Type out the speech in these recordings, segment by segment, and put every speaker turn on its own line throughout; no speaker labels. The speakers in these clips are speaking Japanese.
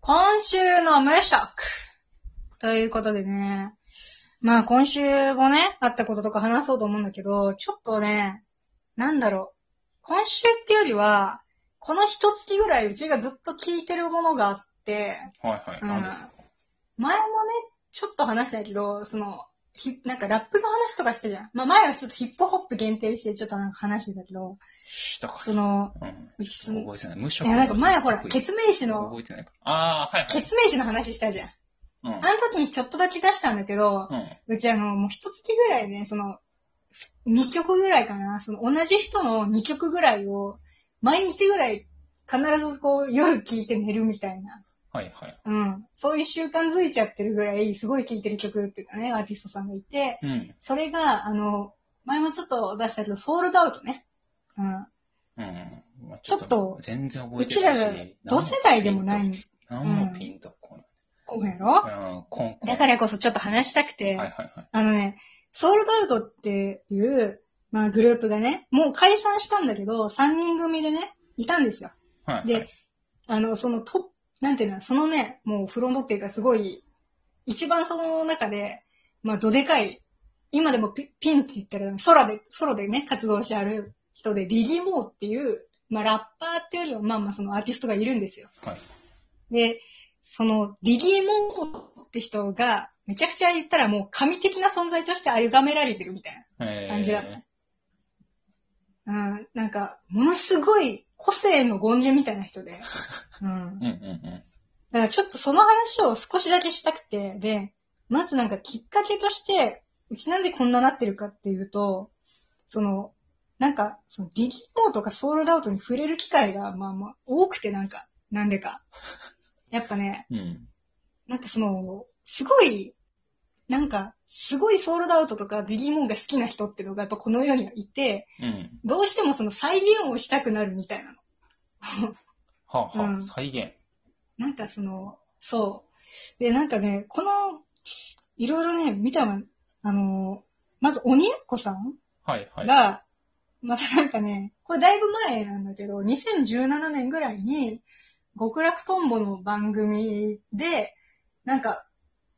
今週の無職ということでね、まあ今週もね、あったこととか話そうと思うんだけど、ちょっとね、なんだろう。今週ってよりは、この一月ぐらいうちがずっと聞いてるものがあって、
はいはい。
うん
何ですか
前もね、ちょっと話したけど、その、ひなんかラップの話とかしてたじゃん。まあ前はちょっとヒップホップ限定してちょっとなんか話してたけど、
したか
その、
ら。うん。
うちす、い
覚えてない。無職。
やなんか前ほら、ケ
結
ツメイシの、
覚えてないから。ああ、はい
ケツメイシの話したじゃん。
はい。
あの時にちょっとだけ出したんだけど、
うん。うん。
うちあの、もう一月ぐらいね、その、2曲ぐらいかな、その同じ人の2曲ぐらいを、毎日ぐらい必ずこう夜聴いて寝るみたいな、
はいはい。
うん。そういう習慣づいちゃってるぐらい、すごい聴いてる曲っていうかね、アーティストさんがいて、
うん。
それが、あの、前もちょっと出したけど、ソールドアウトね。うん。
うん。まあ
ちょっと
全然覚
う
えて
ち
な
ら
いし
が。同世代でもない、
何もピンとこ
こうや
な
ろ
い。うん、コンコン。
だからこそちょっと話したくて、
はいはいはい。
あのね、ソウルガウトっていう、まあグループがね、もう解散したんだけど、3人組でね、いたんですよ。
はいはい。
で、あの、そのと、なんていうの、そのね、もうフロントっていうかすごい、一番その中で、まあどでかい、今でもピピンって言ったら、空で、ソロでね、活動してある人で、ディギモーっていう、まあラッパーっていうよりは、まあまあそのアーティストがいるんですよ。
はい。
で、その、リリー・モーって人が、めちゃくちゃ言ったらもう神的な存在として崇められてるみたい
えー
感じだねな。うん、なんか、ものすごい個性の権限みたいな人で。うん
う。んうん
だからちょっとその話を少しだけしたくて、で、まずなんかきっかけとして、うちなんでこんななってるかっていうと、その、なんか、そのディギモーとかソールドアウトに触れる機会が、まあまあ、多くてなんか、なんでか。やっぱね、
うん。うん。
なんかその、すごい、なんか、すごいソールドアウトとかディギーモンが好きな人っていうのがやっぱこの世にはいて、
うん。
どうしてもその再現をしたくなるみたいなの。
はあ
う
はあ、
ん
再現。
なんかその、そう。で、なんかね、この、いろいろね、見たのあの、まず鬼奴さん
はいはい。
が、またなんかね、これだいぶ前なんだけど、2017年ぐらいに、極楽とんぼの番組で、なんか、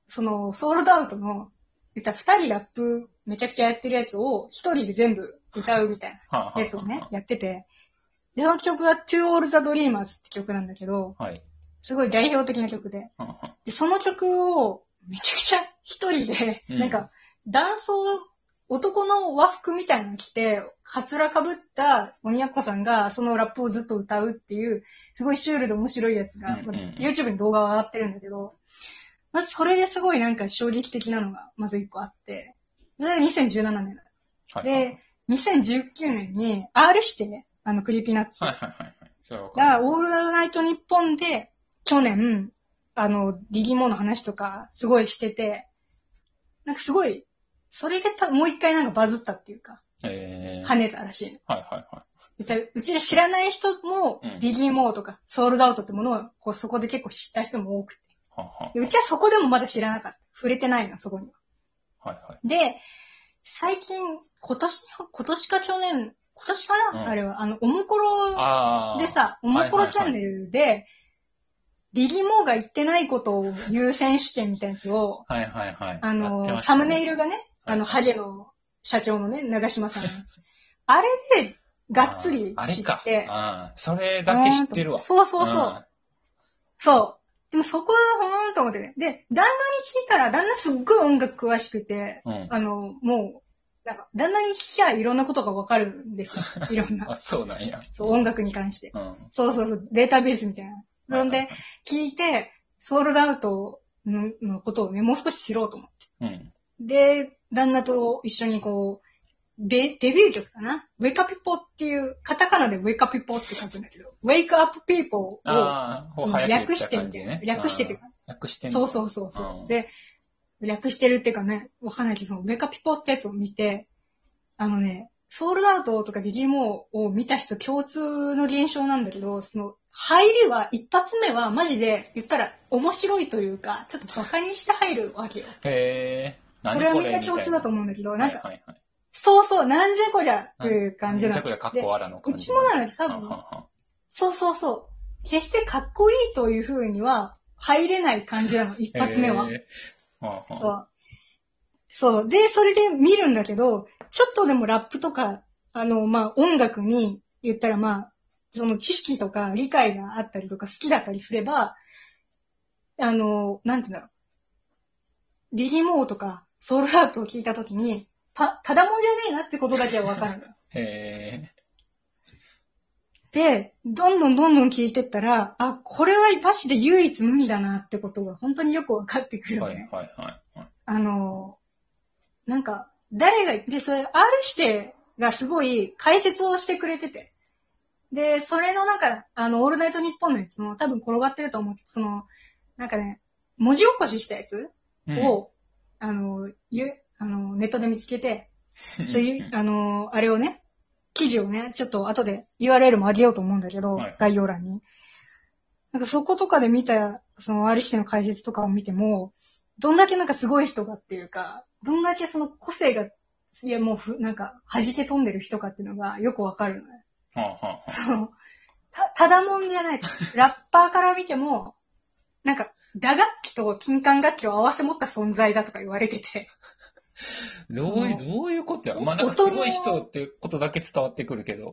その、ソールドアウトの、言ったら二人ラップめちゃくちゃやってるやつを、一人で全部歌うみたい
はあはあ
なやつをね
は、
やってて、で、その曲が To All the Dreamers って曲なんだけど、
あはい。
すごい代表的な曲で、
はあはあ
で、その曲を、めちゃくちゃ一人で、
うん
なんか、男装、男の和服みたいなの着て、カツラかぶった鬼奴さんが、そのラップをずっと歌うっていう、すごいシュールで面白いやつが、
うんうんうん
YouTube に動画が上がってるんだけど、まずそれですごいなんか衝撃的なのが、まず一個あって、それが2017年。
はい。
で、2019年に R 指定、あの、クリーピーナッツ
はいはいはいはい。それはわか
が、
る
オールナイトニッポンで、去年、あの、リギモの話とか、すごいしてて、なんかすごい、それがたもう一回なんかバズったっていうか、
えー
跳ねたらしいの。
はいはいは
一体うちら知らない人も
うん、
リギモとか、ソールドアウトってものを、こう、そこで結構知った人も多くて。
い。はあは
でうちはそこでもまだ知らなかった。触れてないな、そこには。
あ。はいはい。
で、最近、今年、今年か去年、今年かな、
うん
あれは、あの、おもころ
ああ。
でさ、おもころチャンネルで、リリモーが言ってないことを言う選手権みたいなやつを、
はいはいはい。
あ
やって
の、
まし
サ
たね
ムネイルがね、あの、ハゲの社長のね、長島さん。あれで、がっつり
あーあれ
知
か
って。
あーそれだけ知ってるわ。
そうそうそう。
ん。
そう。でもそこはほーんと思ってね。で、旦那に聞いたら、旦那すっごい音楽詳しくて、
うん。
あの、もう、なんか、旦那に聞きゃいろんなことがわかるん ですよ。いろんな。
あ、そうなんや。
そう、音楽に関して。
うん。
そうそうそう、データベースみたいな。そんで、聞いて、ソールドアウトののことをね、もう少し知ろうと思って。
うん。
で、旦那と一緒にこう、デデビュー曲かなウェイカピポっていう、カタカナでウェイカピポって書くんだけど、ウェイクアップピーポーを
ああ、
そ
を
の
早く言っ
略
ち
し
ゃう
て
感
み
じ
たい
ね
な。略してっていうか、
略してん
そう
う。
そうそうそう、
うん
で、略してるっていうかね、わかんないけど、そのウェイカピポってやつを見て、あのね、ソールドアウトとかディギモーを見た人共通の現象なんだけど、その、入りは、一発目はマジで言ったら面白いというか、ちょっとバカにして入るわけよ。
へえ。
こ
何
れは
こ
み
れ
んな共通だと思うんだけど、なんか、
はいはいはい。
そうそう、なんじゃこりゃっていう感じな
め
の。
ちゃくちゃかっ
で
こわらの感
う
じ。
ちもなのに多分、
はんはんはん
そうそうそう。決してかっこいいという風には入れない感じなの、一発目は。
えーはあはあ
そう。そう。で、それで見るんだけど、ちょっとでもラップとか、あの、まあ、音楽に言ったら、まあ、その知識とか理解があったりとか好きだったりすれば、あの、なんていうんだろう。リリモーとか、ソウルアウトを聞いたときに、た、ただもんじゃねえなってことだけはわか る。
え
で、どんどんどんどん聞いてったら、あ、これはマジで唯一無二だなってことが本当によくわかってくる
ー
よ
はい
ね。
はいはいはい。
あの、なんか、誰が、で、それ、R 指定がすごい解説をしてくれてて。で、それのなんか、あの、オールナイトニッポンのやつも多分転がってると思うけど、その、なんかね、文字起こししたやつ
うん
を、あの、ゆ、あの、ネットで見つけて、
うん
そういう、あの、あれをね、記事をね、ちょっと後で URL も上げようと思うんだけど、
はい
概要欄に。なんかそことかで見た、その R しての解説とかを見ても、どんだけなんかすごい人かっていうか、どんだけその個性が、いやもうふ、なんか弾け飛んでる人かっていうのがよくわかるのね。
はあはあ
その、た、ただもんじゃ ない。ラッパーから見ても、なんか、打楽器と金管楽器を合わせ持った存在だとか言われてて。
どういう、
あ
どういうことや
お
まあなんかすごい人ってことだけ伝わってくるけど。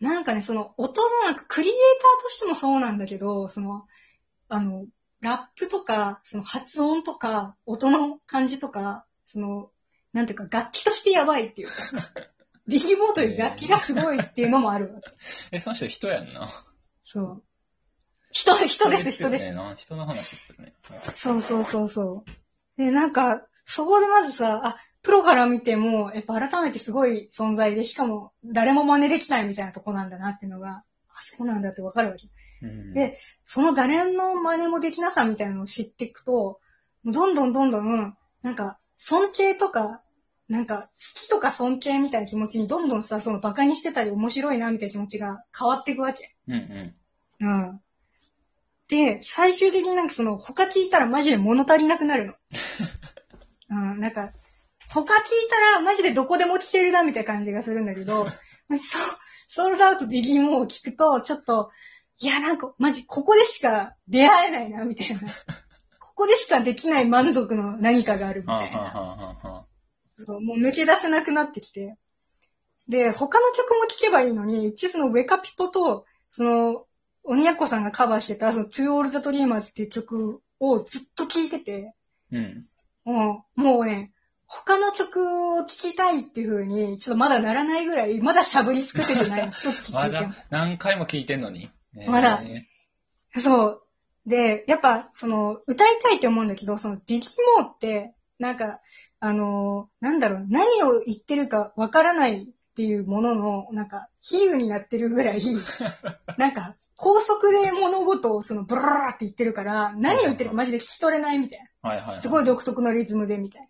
なんかね、その、音のなんか、クリエイターとしてもそうなんだけど、その、あの、ラップとか、その発音とか、音の感じとか、その、なんていうか、楽器としてやばいっていうか、ビギボーという楽器がすごいっていうのもあるわけ。
え、その人人やんな。
そう。人、人です、人
よ
で
ね
す。
な人の話ですよね。
そうそうそうそう。で、なんか、そこでまずさ、あ、プロから見ても、やっぱ改めてすごい存在で、しかも、誰も真似できないみたいなとこなんだなっていうのが、あ、そうなんだってわかるわけ。
うん
でその誰の真似もできなさみたいなのを知っていくと、もうどんどんどんどん、なんか、尊敬とか、なんか、好きとか尊敬みたいな気持ちにどんどんさ、その馬鹿にしてたり面白いなみたいな気持ちが変わっていくわけ。
うんうん。
うん。で、最終的になんかその、他聞いたらマジで物足りなくなる の。うん、なんか、他聞いたらマジでどこでも聞けるなみたいな感じがするんだけ ど、そう、ソールドアウトビギンもを聞くと、ちょっと、いや、なんか、マジここでしか出会えないな、みた いな。ここでしかできない満足の何かがあるみ
はあ
たい
は
な。
あはあはあ。
そうもう抜け出せなくなってきて。で、他の曲も聴けばいいのに、うちそのウェカピポと、その、鬼奴さんがカバーしてた、その To All the Dreamers っていう曲をずっと聴いてて、
うん。
もう、もうね、他の曲を聴きたいっていう風に、ちょっとまだならないぐらい、まだしゃぶり尽くせてないの、一つ聴
ま
いても
だ。何回も聞いてんのに。
まだ
え
そう。で、やっぱ、その、歌いたいって思うんだけど、その、ディキモーって、なんか、あのーなんだろう、何を言ってるかわからないっていうものの、なんか、比喩になってるぐらい、なんか、高速で物事をその、ブラーって言ってるから、何を言ってるかマジで聞き取れないみたいな。
ーはいはいはい。
すごい独特のリズムで、みたいな。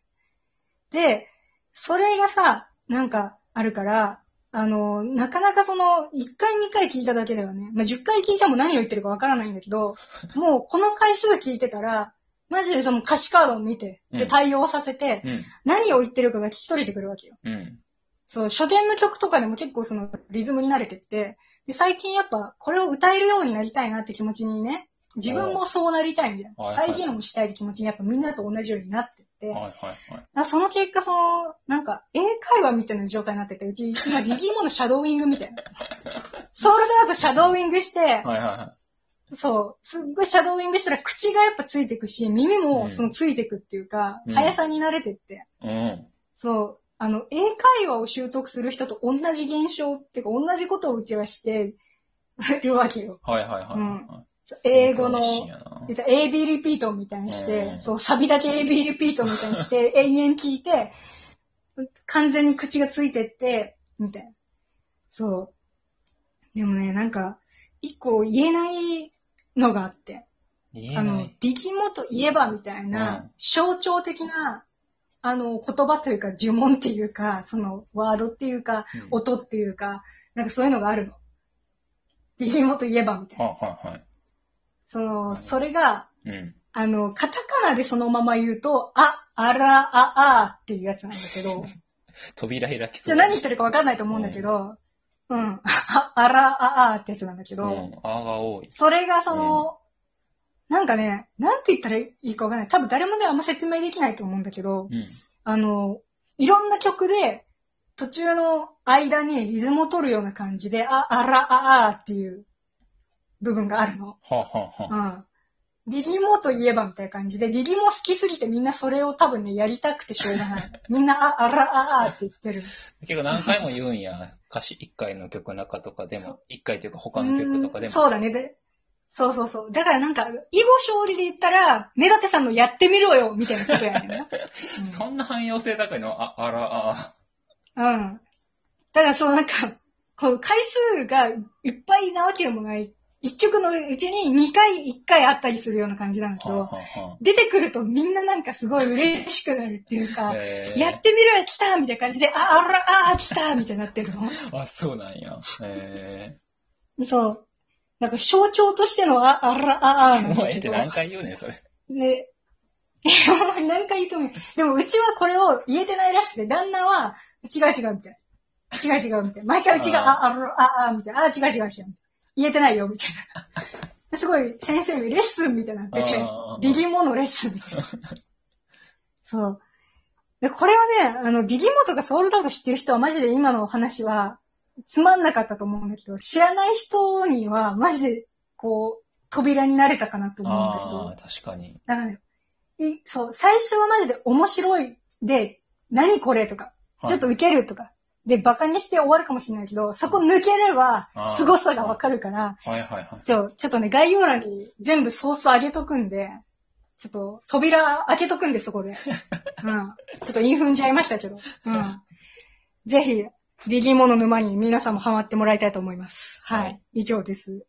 で、それがさ、なんか、あるから、あの、なかなかその、1回2回聞いただけではね、まあ、10回聞いても何を言ってるかわからないんだけ ど、もうこの回数聞いてたら、マジでその歌詞カードを見て、
う
で、
ん
対応させて、
うん。
何を言ってるかが聞き取れてくるわけよ。
うん。
そう、初見の曲とかでも結構そのリズムに慣れてって、で、最近やっぱこれを歌えるようになりたいなって気持ちにね、自分もそうなりたいみたい
お
な、
ーはい
再
はい
現をしたいって気持ちにやっぱみんなと同じようになってって、
はいはいはい。
あその結果、その、なんか、英会話みたいな状態になってて、うち、今、ビギーモのシャドーイングみた いな。ソールドアウトシャドーイングして、
はいはいは
そう、すっごいシャドーイングしたら口がやっぱついてくし、耳
う
も
ん
そのついてくっていうか、
うん
速さに慣れてって、
い。うん。
そう、あの、英会話を習得する人と同じ現象っていうか、同じことをうちはして るわけよ。
はいはいはいは
そう
い。
英語の、
シーンやな
言ったら AB リピートみたいにして、
うん
そう、サビだけ AB リピートみたいに して、延々聞いて、完全に口がついてって、みたいな。そう。でもね、なんか、一個言えないのがあって、
言え
あ
な
の
い。、
ビキモといえばみたいな、
うん
象徴的な、あの、言葉というか、呪文っていうか、その、ワードっていうか、
うん
音っていうか、なんかそういうのがあるの。ビキモといえばみたいな。
はいはいはい。
その、
い
それが、
うん。
あの、カタカナでそのまま言うと、あ、あら、あ、あっていうやつなんだけ ど、
扉開き
じ
そ
ゃ
う。
何言ってるかわかんないと思うんだけど、うん、あ、あら、あ、あってやつなんだけ
う
ど、
ん。あが多い。
それがその、なんかね、なんて言ったらいいかわかんない。多分誰もね、あんま説明できないと思うんだけど、
うん。
あの、いろんな曲で、途中の間にリズムを取るような感じで、あ、あら、あ、あっていう部分があるの。
はあ、はあはあ、
うん。リリモといえばみたいな感じで、リリモ好きすぎてみんなそれを多分ね、やりたくてしょうがない。みんな、あ、あら、あ、あって言ってる。
結構何回も言うんや。歌詞1回の曲の中とかで
そ
も、1回というか他の曲と
う
かで
ん
も。
そうだね。で、そうそうそう。だからなんか、囲碁勝利で言ったら、メガテさんのやってみろよみたいなことやねん な。うん
そんな汎用性高いのあ、あら、あ
うん。ただ、そうなんか、こう、回数がいっぱいなわけでもない。一曲のうちに2回、1回あったりするような感じなんだ
あ。
け
はあ、は
ど、出てくるとみんななんかすごい嬉しくなるっていう
あ、は
か
あ。、え
やってみろよ、来たみたいな感じで、あ、あら、あ、来たみたいになってるの。
あ、そうなんや。え
そう。なんか象徴としての、あ、あら、あ、あな
ー、
ん
もう
だ
ええ
け
って
ど。
何回言うねん、それ。
で、いや、何回言ってもいい。でも、うちはこれを言えてないらしくて、旦那は、違う違うみたいな。違う違うみたいな。毎回違う、
あー
あ、あ、あ、あ、みたいな。あ、違う違う違う。言えてないよ、みたいな。すごい、先生にレッスンみたいになってて
あ、ー
ビギモのレッスンみたいな。そう。で、これはね、あの、ビギモとかソウルダウト知ってる人はマジで今のお話は、つまんなかったと思うんだけど、知らない人には、マジで、こう、扉になれたかなと思うんだけど。
ああ、確かに。
だからね、いそう、最初はマジで面白いで、何これとか、
はい
ちょっとウケるとか、で、バカにして終わるかもしれないけど、そこ抜ければ
あー、
凄さがわかるから、
はいはいはい。
ちょ、ちょっとね、概要欄に全部ソース上げとくんで、ちょっと扉開けとくんで、そこ で。うん。ちょっとインフンじゃいましたけど。うん。ぜひ、ディギモの沼に皆さんもハマってもらいたいと思います。は
はい
い、以上です。